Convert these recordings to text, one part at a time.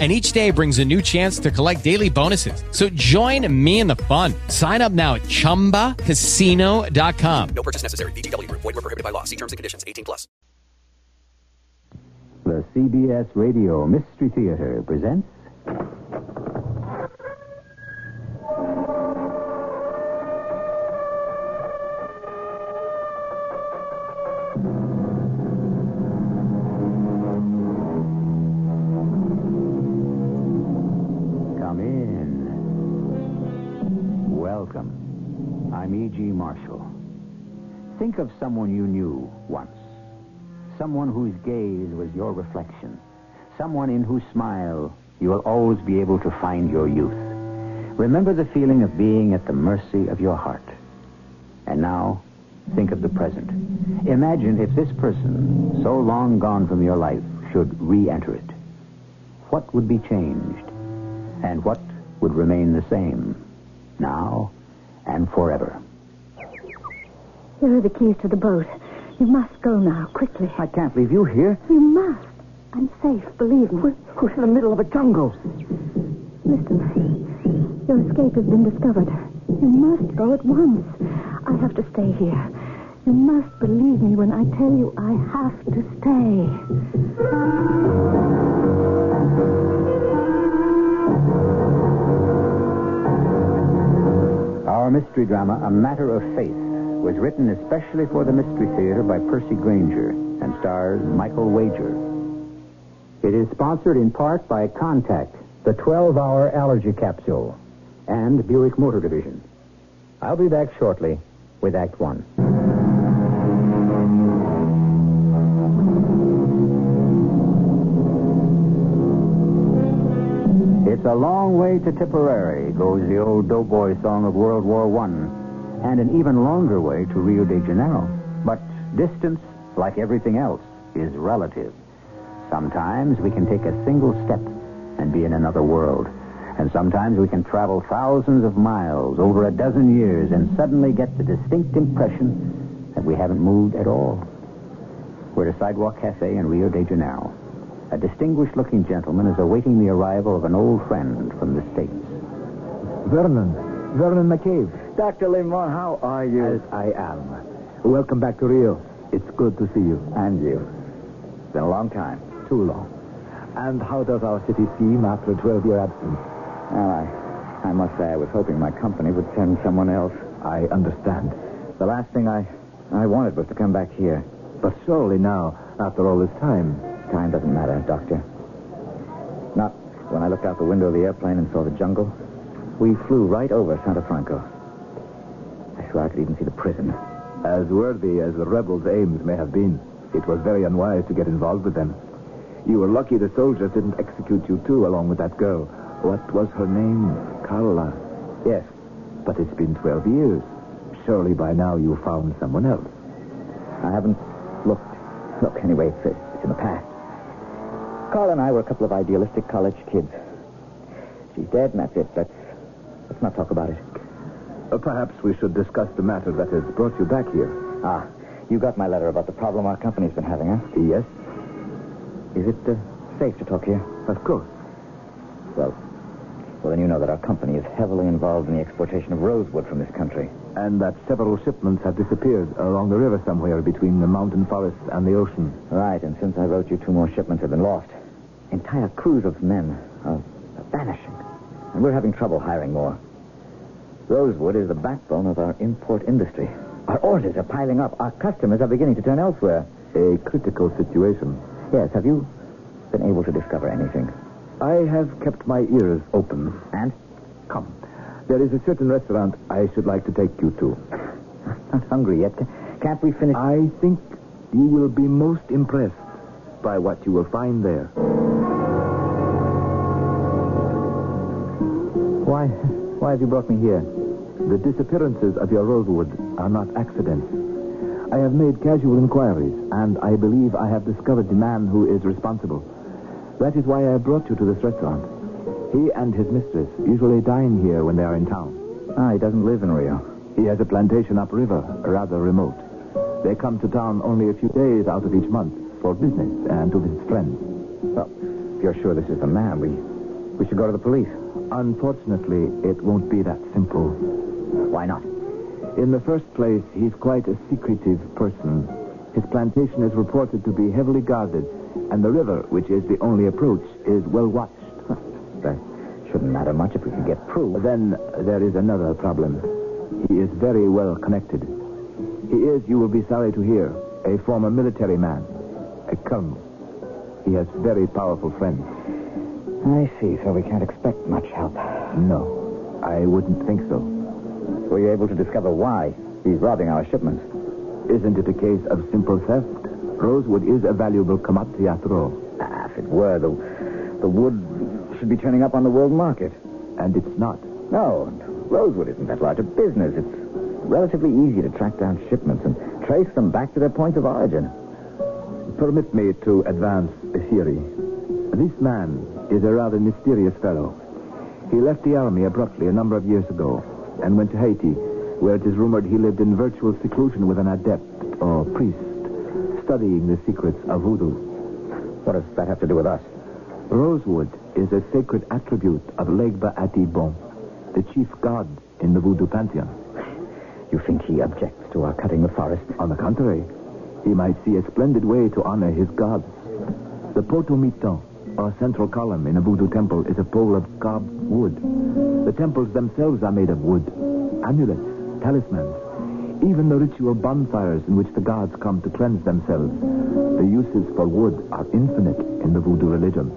and each day brings a new chance to collect daily bonuses. So join me in the fun. Sign up now at ChumbaCasino.com. No purchase necessary. VGW Group. Void were prohibited by law. See terms and conditions. 18 plus. The CBS Radio Mystery Theater presents. Come in. Welcome. I'm E.G. Marshall. Think of someone you knew once. Someone whose gaze was your reflection. Someone in whose smile you will always be able to find your youth. Remember the feeling of being at the mercy of your heart. And now, think of the present. Imagine if this person, so long gone from your life, should re enter it. What would be changed? And what would remain the same? Now and forever. Here are the keys to the boat. You must go now, quickly. I can't leave you here. You must. I'm safe, believe me. We're in the middle of a jungle. Listen, your escape has been discovered. You must go at once. I have to stay here. You must believe me when I tell you I have to stay. Our mystery drama, A Matter of Faith, was written especially for the Mystery Theater by Percy Granger and stars Michael Wager. It is sponsored in part by Contact, the 12 hour allergy capsule, and Buick Motor Division. I'll be back shortly with Act One. It's a long way to Tipperary, goes the old doughboy song of World War One, and an even longer way to Rio de Janeiro. But distance, like everything else, is relative. Sometimes we can take a single step and be in another world. And sometimes we can travel thousands of miles over a dozen years and suddenly get the distinct impression that we haven't moved at all. We're at a sidewalk cafe in Rio de Janeiro. A distinguished looking gentleman is awaiting the arrival of an old friend from the States. Vernon. Vernon McCabe. Dr. Lamont, how are you? As I am. Welcome back to Rio. It's good to see you. And you. It's been a long time. Too long. And how does our city seem after a 12 year absence? Well, I, I must say I was hoping my company would send someone else. I understand. The last thing I, I wanted was to come back here. But surely now, after all this time. Time doesn't matter, Doctor. Not when I looked out the window of the airplane and saw the jungle. We flew right over Santa Franco. I swear I could even see the prison. As worthy as the rebels' aims may have been, it was very unwise to get involved with them. You were lucky the soldiers didn't execute you, too, along with that girl. What was her name? Carla. Yes. But it's been 12 years. Surely by now you found someone else. I haven't looked. Look, anyway, it's, it's in the past. Carl and I were a couple of idealistic college kids. She's dead, and that's it. Let's, let's not talk about it. Uh, perhaps we should discuss the matter that has brought you back here. Ah, you got my letter about the problem our company's been having, huh? Yes? Is it uh, safe to talk here? Of course. Well, well, then you know that our company is heavily involved in the exportation of rosewood from this country. And that several shipments have disappeared along the river somewhere between the mountain forests and the ocean. Right, and since I wrote you, two more shipments have been lost. Entire crews of men are are vanishing, and we're having trouble hiring more. Rosewood is the backbone of our import industry. Our orders are piling up. Our customers are beginning to turn elsewhere. A critical situation. Yes, have you been able to discover anything? I have kept my ears open. And? Come. There is a certain restaurant I should like to take you to. Not hungry yet. Ca- Can't we finish? I think you will be most impressed by what you will find there. Why, why have you brought me here? The disappearances of your rosewood are not accidents. I have made casual inquiries, and I believe I have discovered the man who is responsible. That is why I brought you to this restaurant. He and his mistress usually dine here when they are in town. Ah, he doesn't live in Rio. He has a plantation upriver, rather remote. They come to town only a few days out of each month for business and to visit friends. Well, if you're sure this is the man, we we should go to the police. Unfortunately, it won't be that simple. Why not? In the first place, he's quite a secretive person. His plantation is reported to be heavily guarded, and the river, which is the only approach, is well watched. That shouldn't matter much if we can get proof. Then there is another problem. He is very well connected. He is, you will be sorry to hear, a former military man, a colonel. He has very powerful friends. I see, so we can't expect much help. No, I wouldn't think so. Were you able to discover why he's robbing our shipments? Isn't it a case of simple theft? Rosewood is a valuable commodity after all. Ah, if it were, the, the wood should be turning up on the world market. And it's not. No, and Rosewood isn't that large a business. It's relatively easy to track down shipments and trace them back to their point of origin. Permit me to advance a theory. This man is a rather mysterious fellow. He left the army abruptly a number of years ago and went to Haiti, where it is rumored he lived in virtual seclusion with an adept or priest, studying the secrets of voodoo. What does that have to do with us? Rosewood is a sacred attribute of Legba Atibon, the chief god in the voodoo pantheon. You think he objects to our cutting the forest? On the contrary, he might see a splendid way to honor his gods. The Potomiton, or central column in a voodoo temple, is a pole of carved wood. The temples themselves are made of wood. Amulets, talismans, even the ritual bonfires in which the gods come to cleanse themselves. The uses for wood are infinite in the voodoo religion.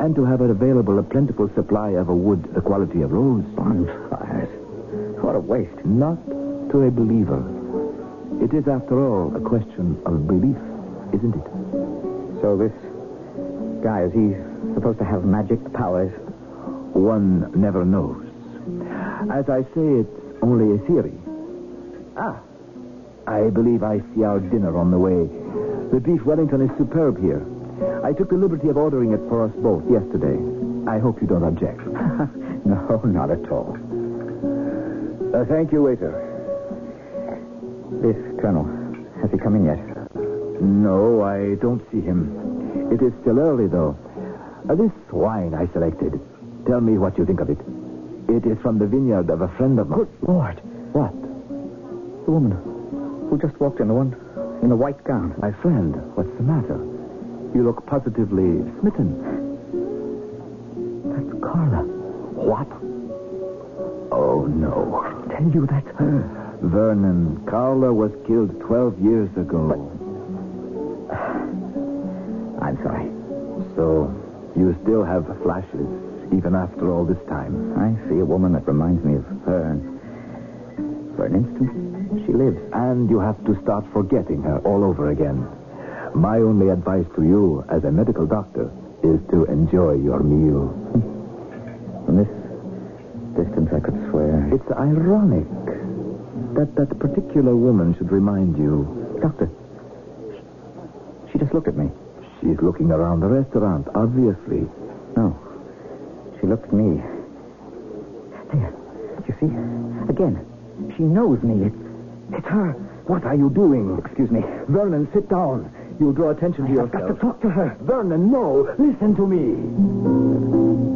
And to have it available a plentiful supply of a wood the quality of rose. Bonfires. What a waste. Not to a believer. It is, after all, a question of belief, isn't it? So this guy, is he supposed to have magic powers? One never knows. As I say, it's only a theory. Ah, I believe I see our dinner on the way. The beef Wellington is superb here. I took the liberty of ordering it for us both yesterday. I hope you don't object. no, not at all. Uh, thank you, waiter. This colonel, has he come in yet? No, I don't see him. It is still early, though. Uh, this wine I selected. Tell me what you think of it. It is from the vineyard of a friend of mine. Good Lord. What? The woman who just walked in, the one in the white gown. My friend, what's the matter? You look positively smitten. That's Carla. What? Oh, no. I tell you, that's her. Vernon, Carla was killed 12 years ago. I'm sorry. So, you still have flashes, even after all this time. I see a woman that reminds me of her. and For an instant, she lives. And you have to start forgetting her all over again. My only advice to you as a medical doctor is to enjoy your meal. From this distance, I could swear. It's ironic that that particular woman should remind you. Doctor. She just looked at me. She's looking around the restaurant, obviously. No. She looked at me. There. Did you see? Again. She knows me. It's, it's her. What are you doing? Excuse me. Vernon, sit down. You'll draw attention to I've got to yourself. talk to her. Vernon, no. Listen to me.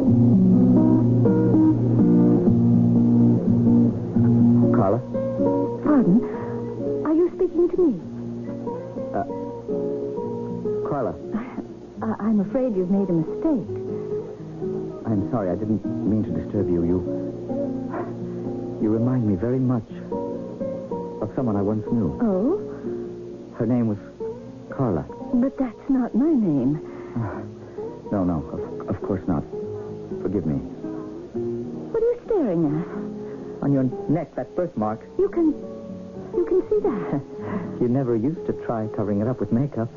Carla? Pardon? Are you speaking to me? Uh, Carla, I- I'm afraid you've made a mistake. I'm sorry. I didn't mean to disturb you. You. You remind me very much of someone I once knew. Oh, Her name was Carla. but that's not my name. No, no, of, of course not. Forgive me. What are you staring at? On your neck, that birthmark. You can, you can see that. You never used to try covering it up with makeup.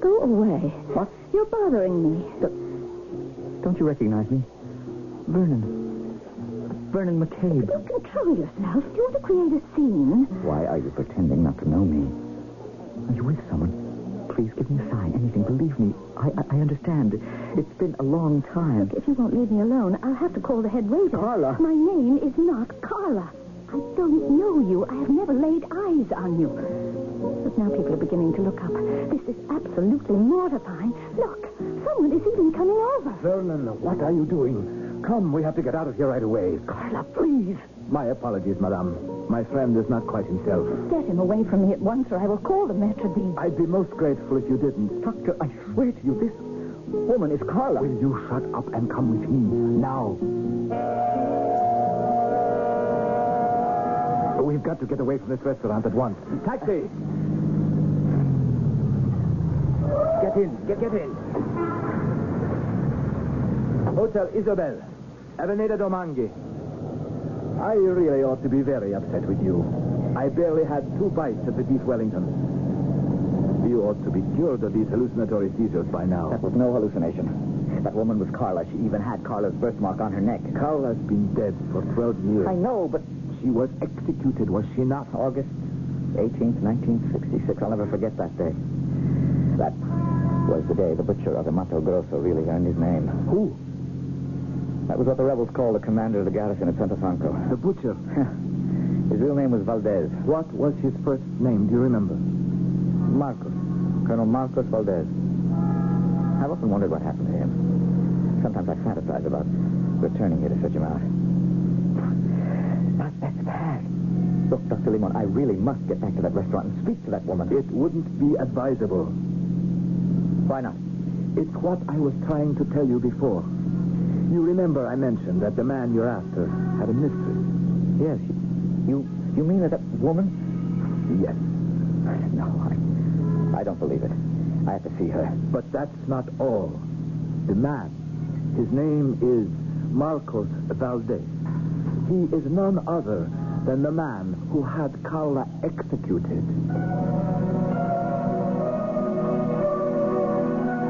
Go away. What? You're bothering me. Don't you recognize me? Vernon. Vernon McCabe. Control yourself. Do you want to create a scene? Why are you pretending not to know me? Are you with someone? Please give me a sign, anything. Believe me, I, I, I understand. It's been a long time. If you won't leave me alone, I'll have to call the head waiter. Carla. My name is not Carla. I don't know you. I have never laid eyes on you. But now people are beginning to look up. This is absolutely mortifying. Look, someone is even coming over. Vernon, what are you doing? Come, we have to get out of here right away. Carla, please. My apologies, madame. My friend is not quite himself. Get him away from me at once, or I will call the maitre d'. I'd be most grateful if you didn't. Doctor, I swear to you, this woman is Carla. Will you shut up and come with me now? We've got to get away from this restaurant at once. Taxi! Get in, get, get in. Hotel Isabel, Avenida Domangi. I really ought to be very upset with you. I barely had two bites at the beef Wellington. You ought to be cured of these hallucinatory seizures by now. That was no hallucination. That woman was Carla. She even had Carla's birthmark on her neck. Carla's been dead for 12 years. I know, but She was executed, was she not? August 18th, 1966. I'll never forget that day. That was the day the butcher of the Mato Grosso really earned his name. Who? That was what the rebels called the commander of the garrison at Santo Franco. The butcher. His real name was Valdez. What was his first name? Do you remember? Marcos. Colonel Marcos Valdez. I've often wondered what happened to him. Sometimes I fantasize about returning here to search him out. But that's bad. Look, Dr. Limon, I really must get back to that restaurant and speak to that woman. It wouldn't be advisable. Why not? It's what I was trying to tell you before. You remember I mentioned that the man you're after had a mistress. Yes. You you mean that that woman? Yes. No, I, I don't believe it. I have to see her. But that's not all. The man, his name is Marcos Valdez. He is none other than the man who had Carla executed.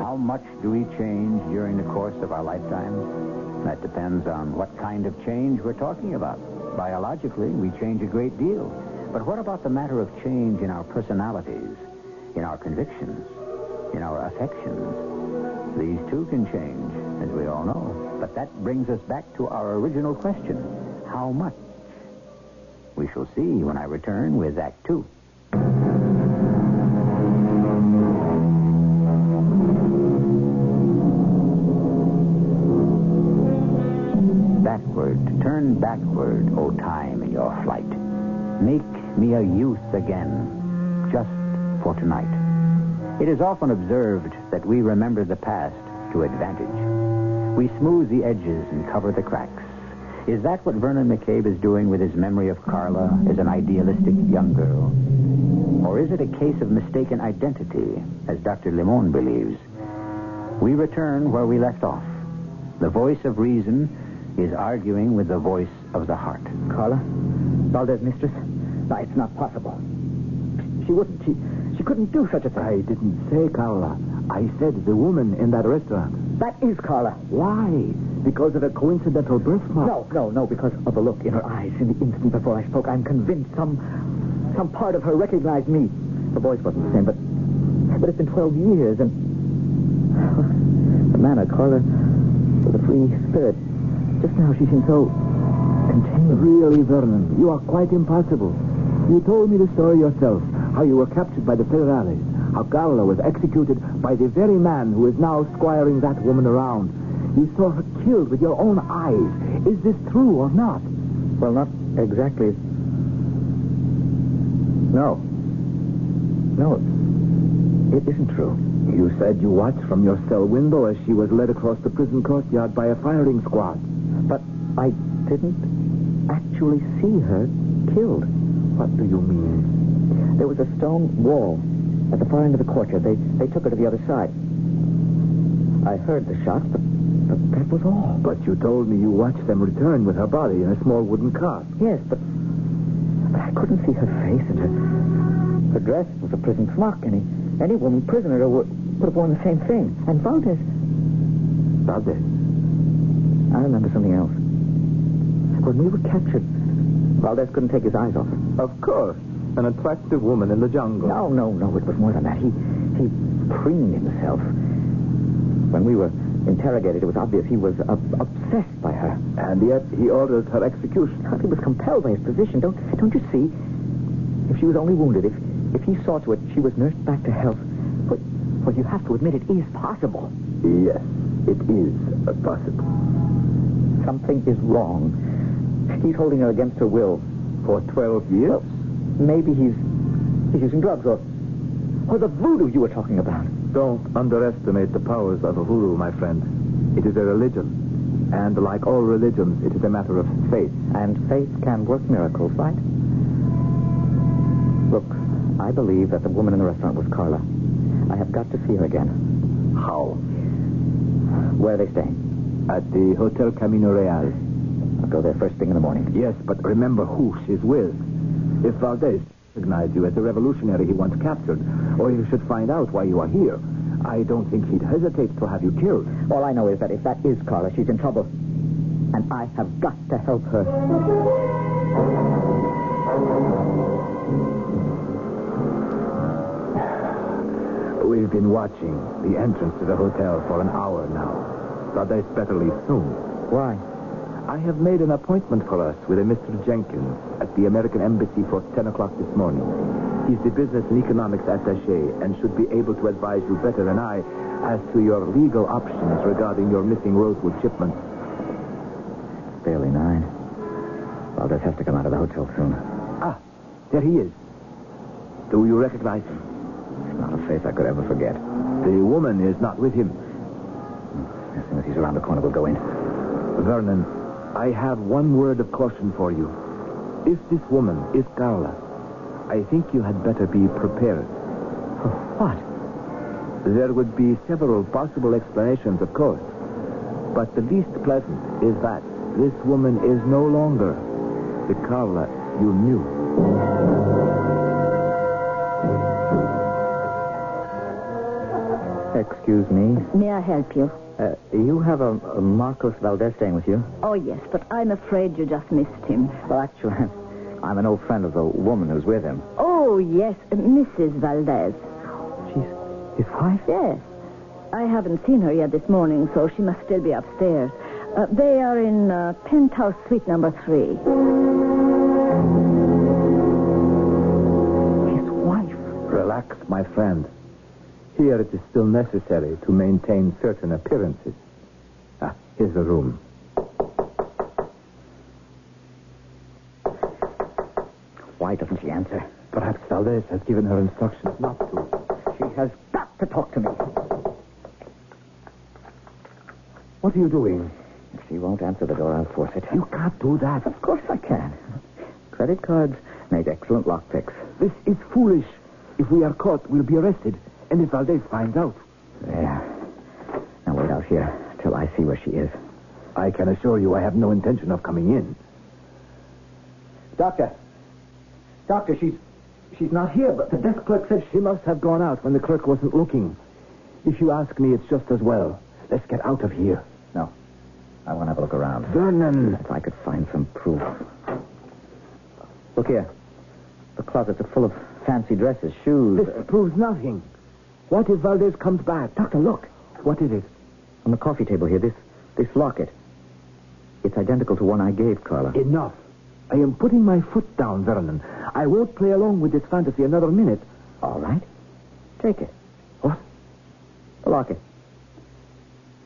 How much do we change during the course of our lifetime? That depends on what kind of change we're talking about. Biologically, we change a great deal. But what about the matter of change in our personalities, in our convictions, in our affections? These too can change, as we all know. But that brings us back to our original question how much? We shall see when I return with Act Two. Backward, turn backward, O time, in your flight. Make me a youth again, just for tonight. It is often observed that we remember the past to advantage. We smooth the edges and cover the cracks. Is that what Vernon McCabe is doing with his memory of Carla as an idealistic young girl? Or is it a case of mistaken identity, as Dr. Limon believes? We return where we left off. The voice of reason is arguing with the voice of the heart. Carla? Valdez, mistress? No, it's not possible. She wouldn't. She, she couldn't do such a thing. I didn't say Carla. I said the woman in that restaurant. That is Carla. Why? Because of a coincidental birthmark? No, no, no, because of the look in her eyes in the instant before I spoke. I'm convinced some some part of her recognized me. The voice wasn't the same, but but it's been 12 years, and the manner, Carla, with a free spirit. Just now she seemed so contained. Really, Vernon, you are quite impossible. You told me the story yourself, how you were captured by the Federales, how Carla was executed by the very man who is now squiring that woman around. You saw her killed with your own eyes. Is this true or not? Well, not exactly. No. No, it isn't true. You said you watched from your cell window as she was led across the prison courtyard by a firing squad. But I didn't actually see her killed. What do you mean? There was a stone wall at the far end of the courtyard. They, they took her to the other side. I heard the shots, but, but that was all. But you told me you watched them return with her body in a small wooden cart. Yes, but, but I couldn't see her face, and her, her dress was a prison smock. Any, any woman prisoner would, would have worn the same thing. And Valdez, Valdez. I remember something else. When we were captured, Valdez couldn't take his eyes off her. Of course. An attractive woman in the jungle. No, no, no. It was more than that. He he preened himself. When we were interrogated, it was obvious he was ob- obsessed by her. And yet he ordered her execution. Now, If he was compelled by his position, don't don't you see? If she was only wounded, if if he saw to it she was nursed back to health, well, well you have to admit it is possible. Yes, it is uh, possible. Something is wrong. He's holding her against her will. For 12 years? Well, maybe he's he's using drugs or or the voodoo you were talking about. Don't underestimate the powers of a voodoo, my friend. It is a religion. And like all religions, it is a matter of faith. And faith can work miracles, right? Look, I believe that the woman in the restaurant was Carla. I have got to see her again. How? Where are they staying? At the Hotel Camino Real. I'll go there first thing in the morning. Yes, but remember who she's with. If Valdez recognized you as the revolutionary he once captured, or he should find out why you are here, I don't think he'd hesitate to have you killed. All I know is that if that is Carla, she's in trouble. And I have got to help her. We've been watching the entrance to the hotel for an hour now. Valdez better leave soon. Why? I have made an appointment for us with a Mr. Jenkins at the American Embassy for 10 o'clock this morning. He's the business and economics attaché and should be able to advise you better than I as to your legal options regarding your missing Rosewood shipment. Barely nine. Valdez has to come out of the hotel soon. Ah, there he is. Do you recognize him? It's not a face I could ever forget. The woman is not with him. As soon as he's around the corner, we'll go in. Vernon, I have one word of caution for you. If this woman is Carla, I think you had better be prepared. What? There would be several possible explanations, of course. But the least pleasant is that this woman is no longer the Carla you knew. Excuse me. May I help you? Uh, you have a, a Marcos Valdez staying with you? Oh, yes, but I'm afraid you just missed him. Well, actually, I'm an old friend of the woman who's with him. Oh, yes, Mrs. Valdez. She's his wife? Yes. I haven't seen her yet this morning, so she must still be upstairs. Uh, they are in uh, penthouse suite number three. His wife? Relax, my friend. Here it is still necessary to maintain certain appearances. Ah, here's the room. Why doesn't she answer? Perhaps Valdez has given her instructions not to. She has got to talk to me. What are you doing? If she won't answer the door, I'll force it. You can't do that. Of course I can. Credit cards made excellent lockpicks. This is foolish. If we are caught, we'll be arrested. And if Valdez finds out, There. Now wait out here till I see where she is. I can assure you I have no intention of coming in. Doctor. Doctor, she's she's not here, but The desk clerk said she must have gone out when the clerk wasn't looking. If you ask me, it's just as well. Let's get out of here. No. I want to have a look around. Vernon! If I could find some proof. Look here. The closets are full of fancy dresses, shoes. This proves nothing. What if Valdez comes back? Doctor, look. What is it? On the coffee table here, this this locket. It's identical to one I gave Carla. Enough. I am putting my foot down, Vernon. I won't play along with this fantasy another minute. All right. Take it. What? The locket.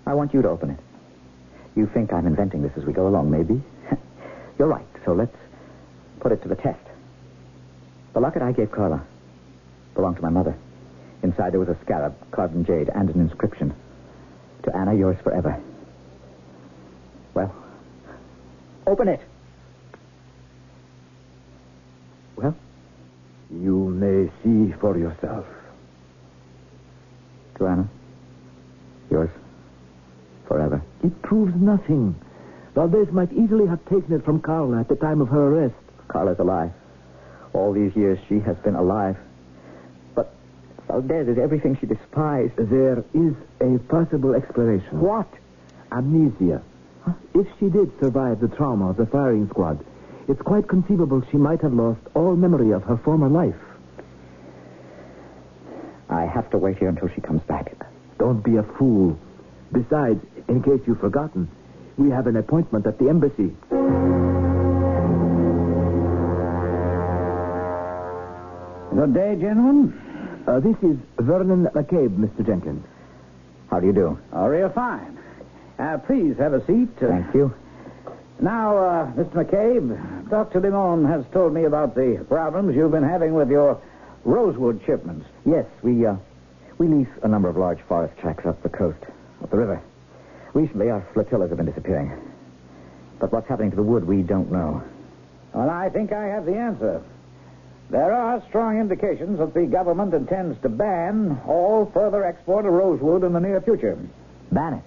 I want you to open it. You think I'm inventing this as we go along, maybe? You're right, so let's put it to the test. The locket I gave Carla belonged to my mother. Inside there was a scarab carved in jade and an inscription. To Anna, yours forever. Well, open it. Well, You may see for yourself. to Anna, yours forever. It proves nothing. Valdez might easily have taken it from Carla at the time of her arrest. Carla's alive. All these years she has been alive. But Valdez is everything she despised. There is a possible explanation. What? Amnesia. If she did survive the trauma of the firing squad, It's quite conceivable she might have lost all memory of her former life. I have to wait here until she comes back. Don't be a fool. Besides, in case you've forgotten, we have an appointment at the embassy. Good day, gentlemen. Uh, this is Vernon McCabe, Mr. Jenkins. How do you do? Oh, real fine. Uh, please have a seat. Uh, Thank you. Now, uh, Mr. McCabe, Dr. Limon has told me about the problems you've been having with your rosewood shipments. Yes, we uh, we lease a number of large forest tracts up the coast, up the river. Recently, our flotillas have been disappearing. But what's happening to the wood, we don't know. Well, I think I have the answer. There are strong indications that the government intends to ban all further export of rosewood in the near future. Ban it.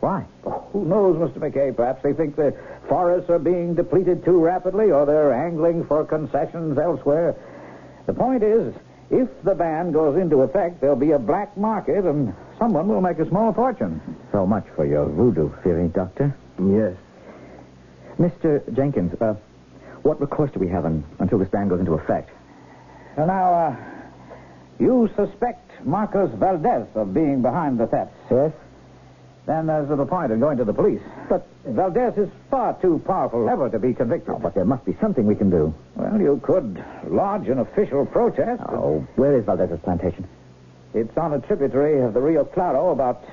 Why? Who knows, Mr. McKay? Perhaps they think the forests are being depleted too rapidly or they're angling for concessions elsewhere. The point is, if the ban goes into effect, there'll be a black market and someone will make a small fortune. So much for your voodoo theory, Doctor. Yes. Mr. Jenkins, uh, what recourse do we have un- until this ban goes into effect? So now, uh, you suspect Marcos Valdez of being behind the thefts. Yes? Then there's little point in going to the police. But Valdez is far too powerful ever to be convicted. Oh, But there must be something we can do. Well, you could lodge an official protest. Oh, where is Valdez's plantation? It's on a tributary of the Rio Claro, about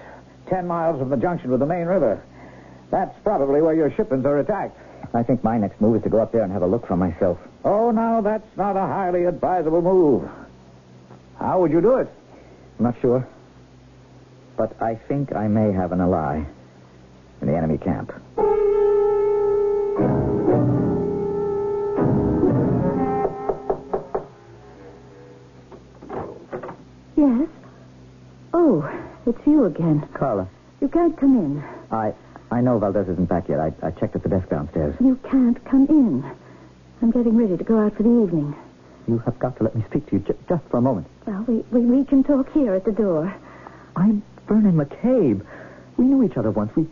10 miles from the junction with the main river. That's probably where your shipments are attacked. I think my next move is to go up there and have a look for myself. Oh, now, that's not a highly advisable move. How would you do it? I'm not sure. But I think I may have an ally in the enemy camp. Yes? Oh, it's you again. Carla, You can't come in. I I know Valdez isn't back yet. I, I checked at the desk downstairs. You can't come in. I'm getting ready to go out for the evening. You have got to let me speak to you j- just for a moment. Well, we, we, we can talk here at the door. I'm Vernon McCabe. We knew each other once. We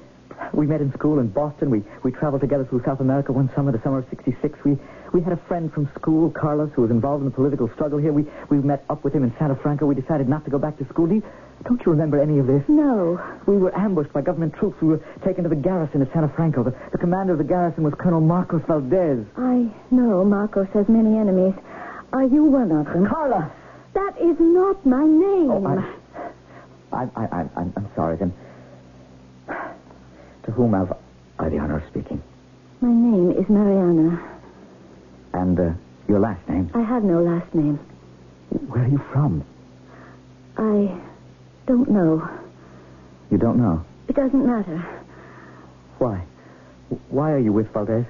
we met in school in Boston. We we traveled together through South America one summer, the summer of '66. We we had a friend from school, Carlos, who was involved in the political struggle here. We we met up with him in Santa Franca. We decided not to go back to school. Do you, don't you remember any of this? No. We were ambushed by government troops. We were taken to the garrison at Santa Franca. The, the commander of the garrison was Colonel Marcos Valdez. I know Marcos has many enemies. Are you one of them? Carla! That is not my name. Oh, I, I, I, I, I'm, I'm sorry, then. To whom have I the honor of speaking? My name is Mariana. And uh, your last name? I have no last name. Where are you from? I don't know. You don't know. It doesn't matter. Why? Why are you with Valdez?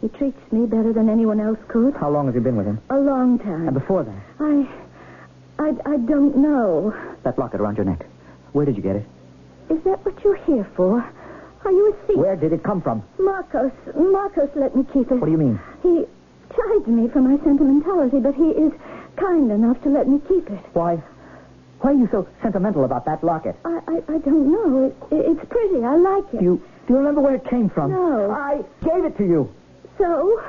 He treats me better than anyone else could. How long have you been with him? A long And time. before that, I, I, I don't know. that locket around your neck. Where did you get it? Is that what you're here for? Are you a thief? Where did it come from? Marcos, Marcos let me keep it. What do you mean? He chided me for my sentimentality, but he is kind enough to let me keep it. Why? Why are you so sentimental about that locket? I, I, I don't know. It, it- it's pretty. I like it. Do you do you remember where it came from? No. I gave it to you. So,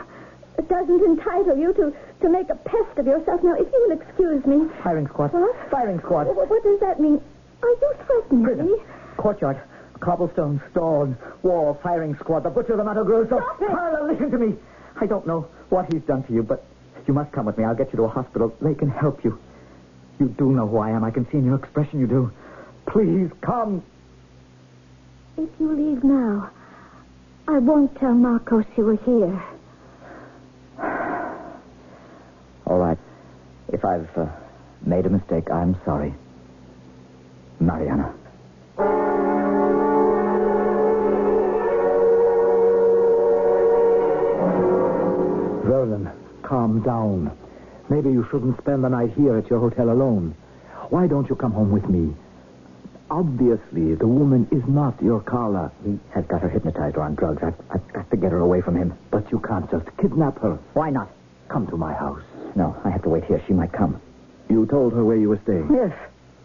it doesn't entitle you to, to make a pest of yourself. Now, if you will excuse me. Firing squad. What? Firing squad. Wh- What does that mean? Are you threatening me? Courtyard. Cobblestone, stone, wall, firing squad, the butcher, the Mato Grosso. Stop it! Carla, listen to me. I don't know what he's done to you, but you must come with me. I'll get you to a hospital. They can help you. You do know who I am. I can see in your expression you do. Please come. If you leave now, I won't tell Marcos you were here. All right. If I've uh, made a mistake, I'm sorry. Mariana. Vernon, calm down. Maybe you shouldn't spend the night here at your hotel alone. Why don't you come home with me? Obviously, the woman is not your Carla. He has got her hypnotized or on drugs. I've, I've got to get her away from him. But you can't just kidnap her. Why not? Come to my house. No, I have to wait here. She might come. You told her where you were staying. Yes.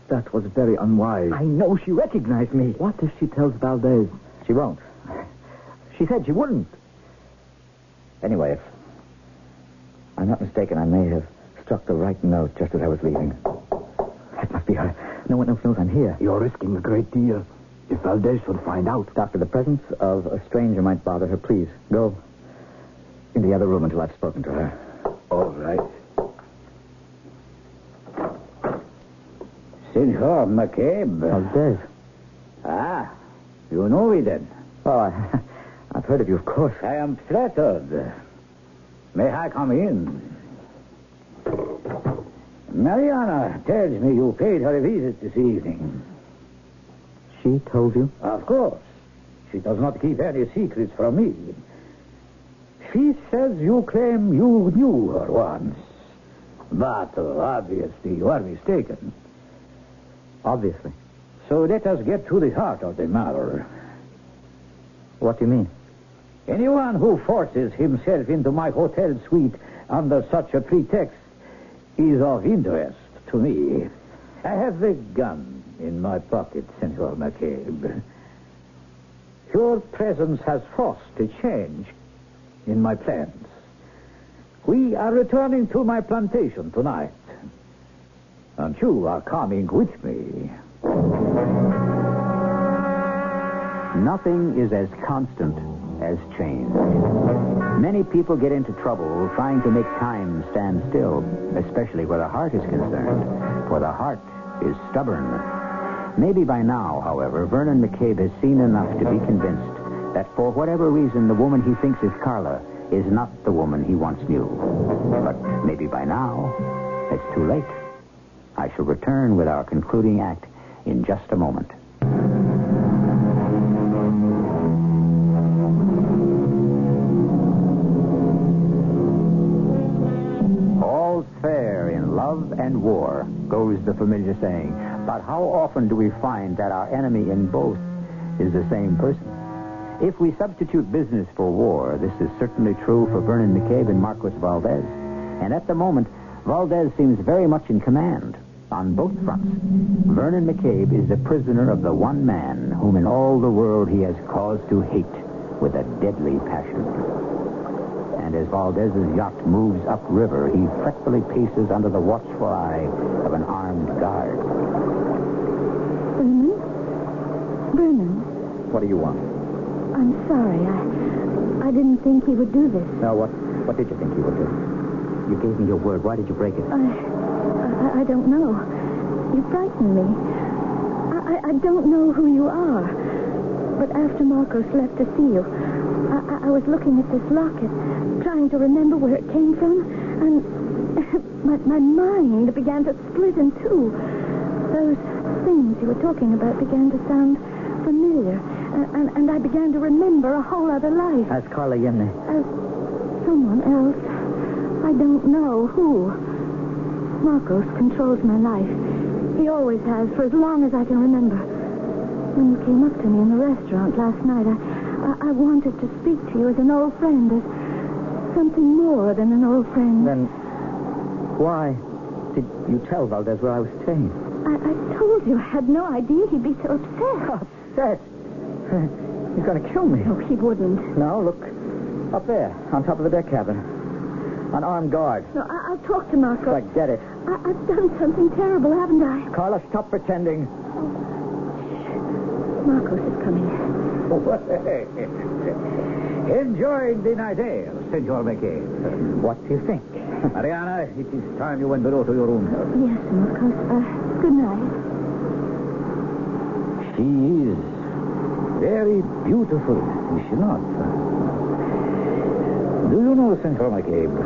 That was very unwise. I know she recognized me. What if she tells Valdez? She won't. She said she wouldn't. Anyway, if I'm not mistaken, I may have struck the right note just as I was leaving. That must be her. No one else knows I'm here. You're risking a great deal. If Valdez should find out. Doctor, the presence of a stranger might bother her. Please, go in the other room until I've spoken to her. All right. Senor McCabe. Valdez. Ah, you know me then. Oh, I, I've heard of you, of course. I am flattered. May I come in? Mariana tells me you paid her a visit this evening. She told you? Of course. She does not keep any secrets from me. She says you claim you knew her once. But uh, obviously you are mistaken. Obviously. So let us get to the heart of the matter. What do you mean? Anyone who forces himself into my hotel suite under such a pretext is of interest to me. I have the gun in my pocket, Senor McCabe. Your presence has forced a change in my plans. We are returning to my plantation tonight. And you are coming with me. Nothing is as constant as change. Many people get into trouble trying to make time stand still, especially where the heart is concerned, for the heart is stubborn. Maybe by now, however, Vernon McCabe has seen enough to be convinced that for whatever reason, the woman he thinks is Carla is not the woman he once knew. But maybe by now, it's too late. I shall return with our concluding act in just a moment. All's fair in love and war, goes the familiar saying. But how often do we find that our enemy in both is the same person? If we substitute business for war, this is certainly true for Vernon McCabe and Marcos Valdez. And at the moment, Valdez seems very much in command on both fronts. Vernon McCabe is the prisoner of the one man whom in all the world he has cause to hate with a deadly passion. And as Valdez's yacht moves upriver, he fretfully paces under the watchful eye of an armed guard. Vernon? Vernon, What do you want? I'm sorry. I, I didn't think he would do this. Now, what, what did you think he would do? You gave me your word. Why did you break it? I, I, I don't know. You frighten me. I, I, I don't know who you are. But after Marcos left to see you, I, I- I was looking at this locket, trying to remember where it came from, and my, my mind began to split in two. Those things you were talking about began to sound familiar, and, and, and I began to remember a whole other life That's Carla Yemne. as someone else. I don't know who. Marcos controls my life. He always has, for as long as I can remember. When you came up to me in the restaurant last night, I, I, I wanted to speak to you as an old friend, as something more than an old friend. Then why did you tell Valdez where I was staying? I, I told you I had no idea he'd be so upset. That. He's going to kill me. No, he wouldn't. No, look. Up there, on top of the deck cabin. An armed guard. No, I, I'll talk to Marcos. Forget it. I, I've done something terrible, haven't I? Carla, stop pretending. Marcos is coming. Enjoying the night air, Senor McCabe. What do you think? Mariana, it is time you went below to your room. Yes, Marcos. Uh, good night. She is very beautiful, is she not? Do you know, Senor McCabe,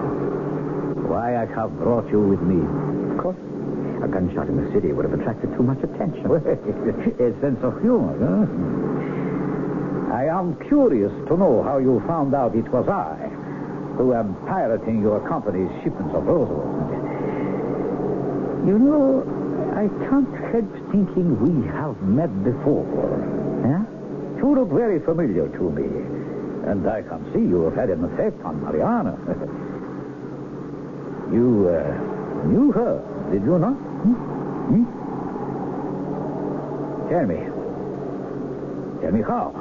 why I have brought you with me? Of course. A gunshot in the city would have attracted too much attention. Well, a sense of humor, huh? I am curious to know how you found out it was I who am pirating your company's shipments of rosewood. You know, I can't help thinking we have met before. eh? Yeah? You look very familiar to me, and I can see you have had an effect on Mariana. you uh, knew her, did you not? Hmm? Hmm? Tell me. Tell me how.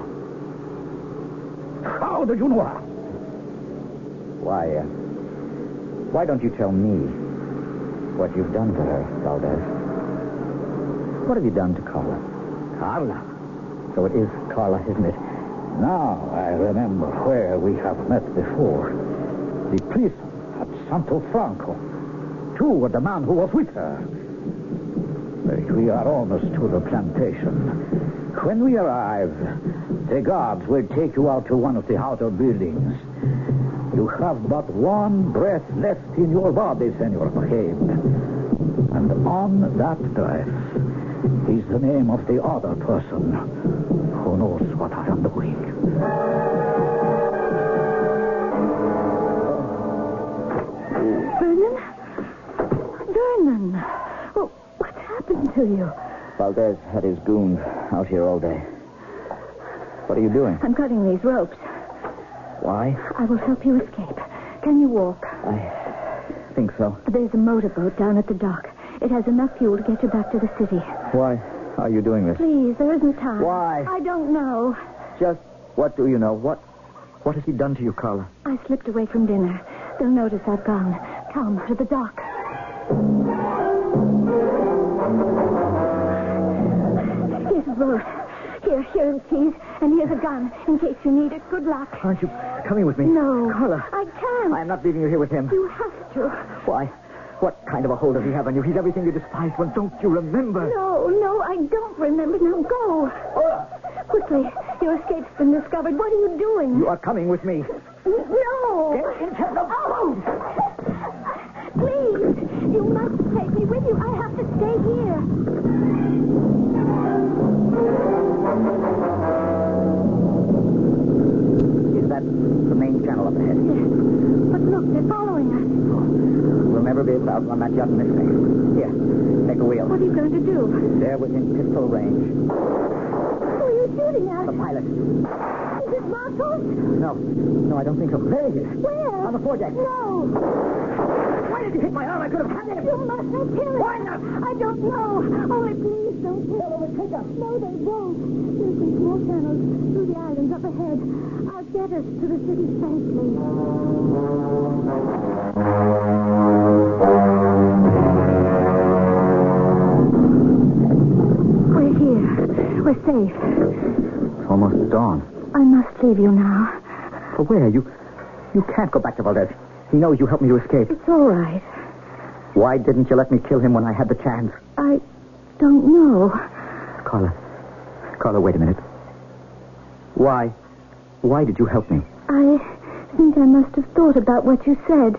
How did you know her? Why, uh, why don't you tell me what you've done to her, Valdez? What have you done to Carla? Carla? So it is Carla, isn't it? Now I remember where we have met before. The prison at Santo Franco. Two were the man who was with her. But we are almost to the plantation. When we arrive, the guards will take you out to one of the outer buildings. You have but one breath left in your body, Senor Pajabe. And on that breath is the name of the other person who knows what I am doing. Vernon? Vernon! Oh, what's happened to you? Valdez had his goons out here all day. What are you doing? I'm cutting these ropes. Why? I will help you escape. Can you walk? I think so. There's a motorboat down at the dock. It has enough fuel to get you back to the city. Why are you doing this? Please, there isn't time. Why? I don't know. Just what do you know? What what has he done to you, Carla? I slipped away from dinner. They'll notice I've gone. Come to the dock. Here's a boat. Here, here are the keys, and here's a gun in case you need it. Good luck. Aren't you coming with me? No, Carla, I can't. I am not leaving you here with him. You have to. Why? What kind of a hold does he have on you? He's everything you despise. Well, don't you remember? No, no, I don't remember. Now go. Quickly, your escape's been discovered. What are you doing? You are coming with me. No. Oh. Please, you must take me with you. I have to stay here. Is that the main channel up ahead? But look, they're following us. We'll never be a thousand on that yacht in this thing. Here, take a wheel. What are you going to do? They're within pistol range. Who are you shooting at? The pilot. Is it Marcos? No, no, I don't think so. There he is. Where? On the foredeck. No. Why did you hit my arm? I could have had him. You mustn't kill him. Why not? I don't know. Only please don't kill him. Take us. No, they won't. There's some small channels through the islands up ahead. I'll get us to the city safely. We're here. We're safe. It's almost dawn. I must leave you now. For where? You you can't go back to Valdez. He knows you helped me to escape. It's all right. Why didn't you let me kill him when I had the chance? I don't know. Carla. Carla, wait a minute. Why? Why did you help me? I think I must have thought about what you said.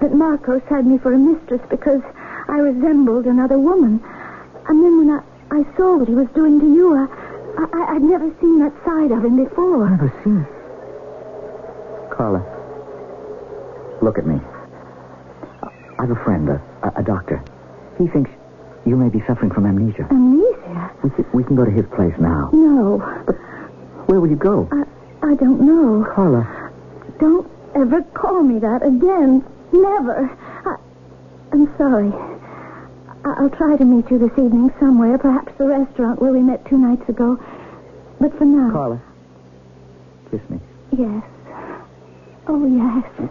That Marcos had me for a mistress because I resembled another woman. And then when I, I saw what he was doing to you, I, I, I'd never seen that side of him before. Never seen. Carla, look at me. I have a friend, a, a, a doctor. He thinks you may be suffering from amnesia. Amnesia? We can, we can go to his place now. No. Where will you go? I, I don't know. Carla, Don't ever call me that again. Never. I, I'm sorry. I, I'll try to meet you this evening somewhere, perhaps the restaurant where we met two nights ago. But for now. Carla, kiss me. Yes. Oh, yes.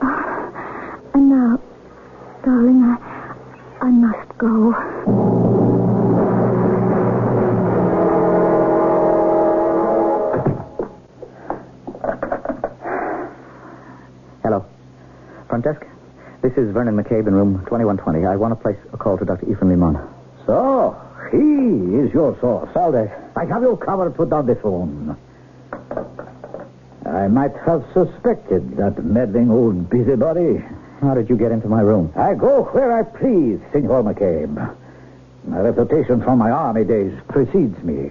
Ah, and now, darling, I, I must go. Hello. Front desk, this is Vernon McCabe in room 2120. I want to place a call to Dr. Ethan Limon. So, he is your source. Valdez, I have you covered to down the phone. I might have suspected that meddling old busybody. How did you get into my room? I go where I please, Senor McCabe. My reputation from my army days precedes me.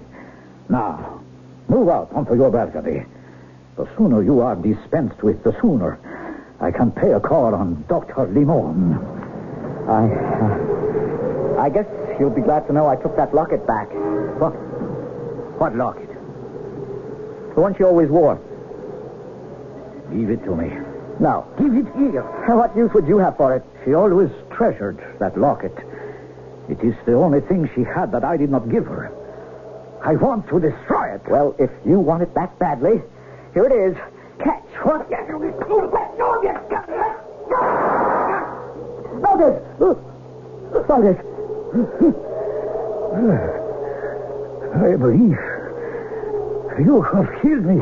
Now, move out onto your balcony. The sooner you are dispensed with, the sooner I can pay a call on Dr. Limon. I. uh, I guess you'll be glad to know I took that locket back. What? What locket? The one she always wore. Leave it to me. Now, Give it here. what use would you have for it? She always treasured that locket. It is the only thing she had that I did not give her. I want to destroy it. Well, if you want it that badly, here it is. Catch What? Get you, you let go of your gun. Let go. Valdez! Valdez! I believe you have killed me,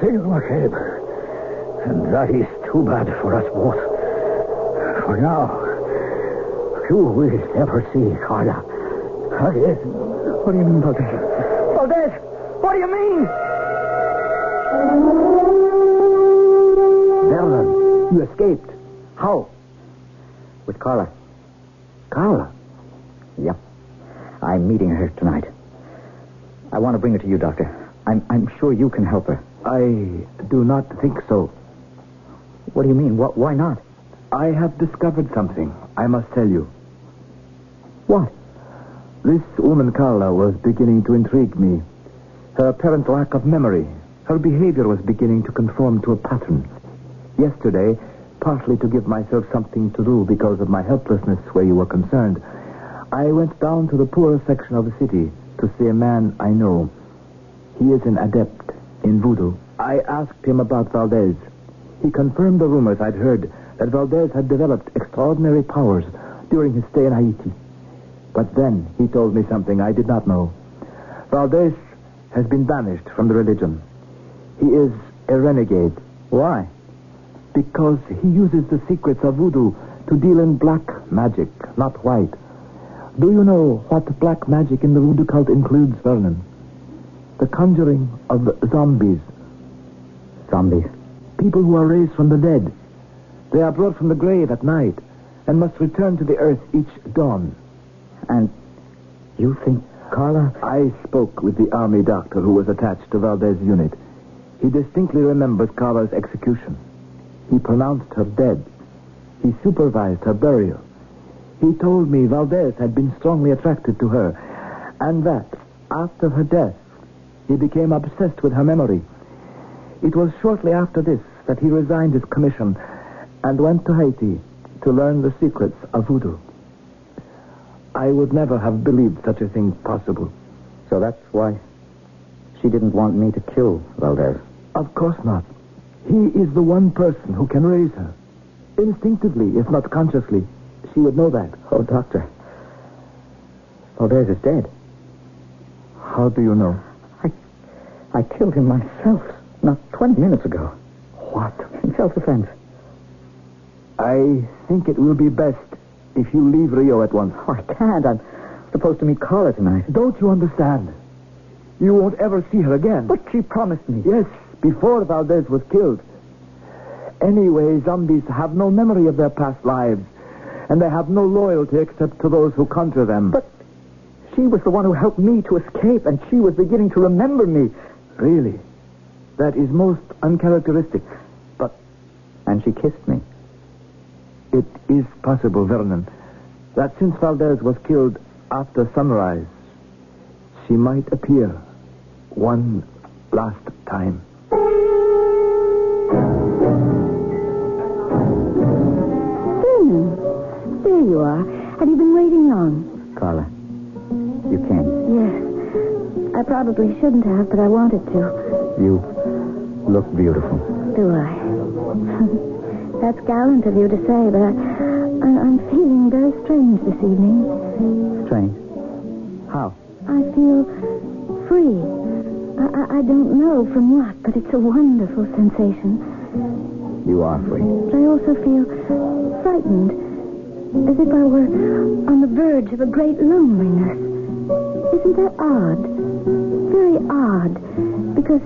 Senor McCabe. And that is too bad for us both. For now, you will never see Carla. Again. What do you mean, Valdez? Valdez, what do you mean? Vernon, you escaped. How? With Carla. Carla? Yep. I'm meeting her tonight. I want to bring her to you, Doctor. I'm, I'm sure you can help her. I do not think so. What do you mean? What, why not? I have discovered something I must tell you. What? This woman, Carla, was beginning to intrigue me. Her apparent lack of memory, her behavior was beginning to conform to a pattern. Yesterday, partly to give myself something to do because of my helplessness where you were concerned, I went down to the poorer section of the city to see a man I know. He is an adept in voodoo. I asked him about Valdez. He confirmed the rumors I'd heard that Valdez had developed extraordinary powers during his stay in Haiti. But then he told me something I did not know. Valdez has been banished from the religion. He is a renegade. Why? Because he uses the secrets of voodoo to deal in black magic, not white. Do you know what black magic in the voodoo cult includes, Vernon? The conjuring of zombies. Zombies. People who are raised from the dead. They are brought from the grave at night and must return to the earth each dawn. And you think Carla? I spoke with the army doctor who was attached to Valdez's unit. He distinctly remembers Carla's execution. He pronounced her dead. He supervised her burial. He told me Valdez had been strongly attracted to her, and that after her death, he became obsessed with her memory. It was shortly after this that he resigned his commission and went to Haiti to learn the secrets of voodoo. I would never have believed such a thing possible. So that's why she didn't want me to kill Valdez. Of course not. He is the one person who can raise her. Instinctively, if not consciously, she would know that. Oh, Doctor. Valdez is dead. How do you know? I, I killed him myself not 20 minutes ago. What? In self-defense. I think it will be best if you leave Rio at once. Oh, I can't. I'm supposed to meet Carla tonight. Don't you understand? You won't ever see her again. But she promised me. Yes, before Valdez was killed. Anyway, zombies have no memory of their past lives, and they have no loyalty except to those who conjure them. But she was the one who helped me to escape, and she was beginning to remember me. really, that is most uncharacteristic. But. And she kissed me. It is possible, Vernon, that since Valdez was killed after sunrise, she might appear one last time. Vernon, Hmm. there you are. Have you been waiting long? Carla, you came. Yes. I probably shouldn't have, but I wanted to. You look beautiful. Do I? That's gallant of you to say, but I, I, I'm feeling very strange this evening. Strange. How? I feel free. I, I, I don't know from what, but it's a wonderful sensation. You are free. But I also feel frightened, as if I were on the verge of a great loneliness. Isn't that odd? Very odd, because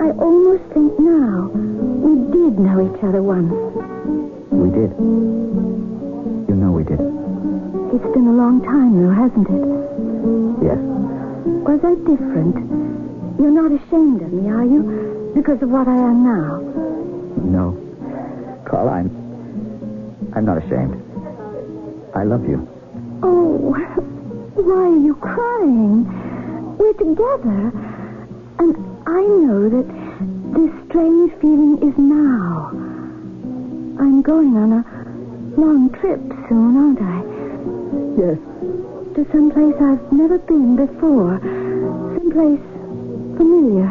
I almost think now we did know each other once. We did. You know we did. It's been a long time, though, hasn't it? Yes. Was I different? You're not ashamed of me, are you? Because of what I am now. No. Carla, I'm, I'm not ashamed. I love you. Oh, why are you crying? We're together. And I know that this strange feeling is now. I'm going on a long trip soon, aren't I? Yes. To some place I've never been before. Some place familiar.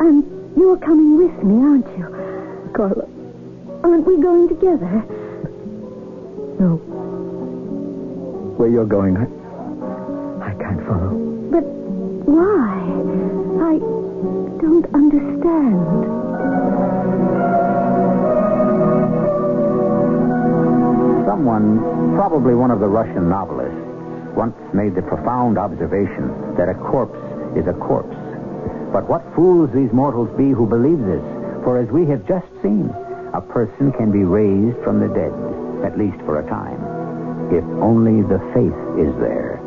I'm You're coming with me, aren't you? Carla, aren't we going together? No. Where you're going, I, I can't follow. But why? I don't understand. Someone, probably one of the Russian novelists, once made the profound observation that a corpse is a corpse. But what fools these mortals be who believe this, for as we have just seen, a person can be raised from the dead, at least for a time, if only the faith is there.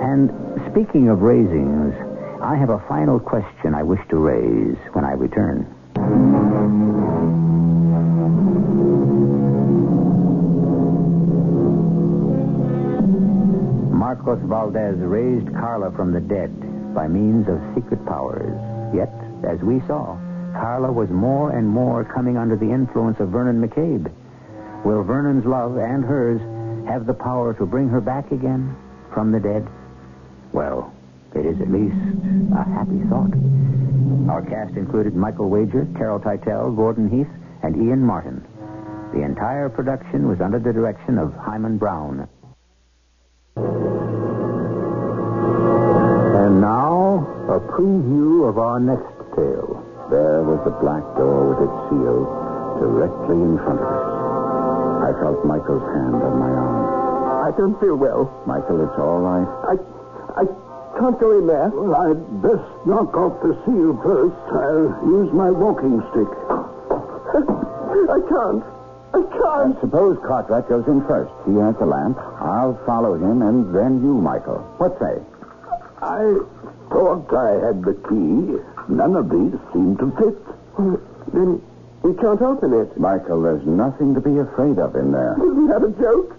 And speaking of raisings, I have a final question I wish to raise when I return. Marcos Valdez raised Carla from the dead by means of secret powers. Yet, as we saw, Carla was more and more coming under the influence of Vernon McCabe. Will Vernon's love and hers have the power to bring her back again from the dead? Well, it is at least a happy thought. Our cast included Michael Wager, Carol Titel, Gordon Heath, and Ian Martin. The entire production was under the direction of Hyman Brown. And now, a preview of our next tale. There was the black door with its seal directly in front of us. I felt Michael's hand on my arm. I don't feel well. Michael, it's all right. I, I can't go in there. Well, I'd best knock off the seal first. I'll use my walking stick. I can't. I can't. Suppose Cartwright goes in first. He has the lamp. I'll follow him, and then you, Michael. What say? I thought I had the key. None of these seem to fit. Then we can't open it. Michael, there's nothing to be afraid of in there. Isn't that a joke?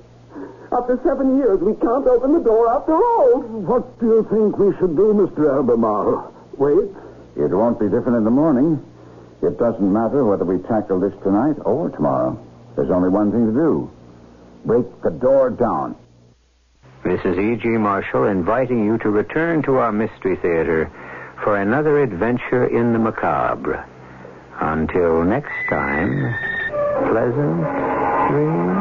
After seven years, we can't open the door after all. What do you think we should do, Mr. Albemarle? Wait. It won't be different in the morning. It doesn't matter whether we tackle this tonight or tomorrow. There's only one thing to do break the door down. Mrs. E.G. E Marshall inviting you to return to our Mystery Theater for another adventure in the macabre. Until next time, pleasant dreams.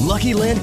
Lucky Land